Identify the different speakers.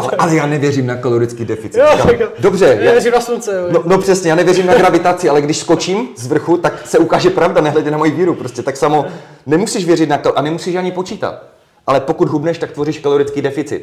Speaker 1: Ale, ale já nevěřím na kalorický deficit.
Speaker 2: Jo,
Speaker 1: Říkám,
Speaker 2: jako-
Speaker 1: Dobře, já,
Speaker 2: Nevěřím na slunce, jo.
Speaker 1: no, no přesně, já nevěřím na gravitaci, ale když skočím z vrchu, tak se ukáže pravda, nehledě na moji víru. Prostě tak samo nemusíš věřit na to a nemusíš ani počítat. Ale pokud hubneš, tak tvoříš kalorický deficit.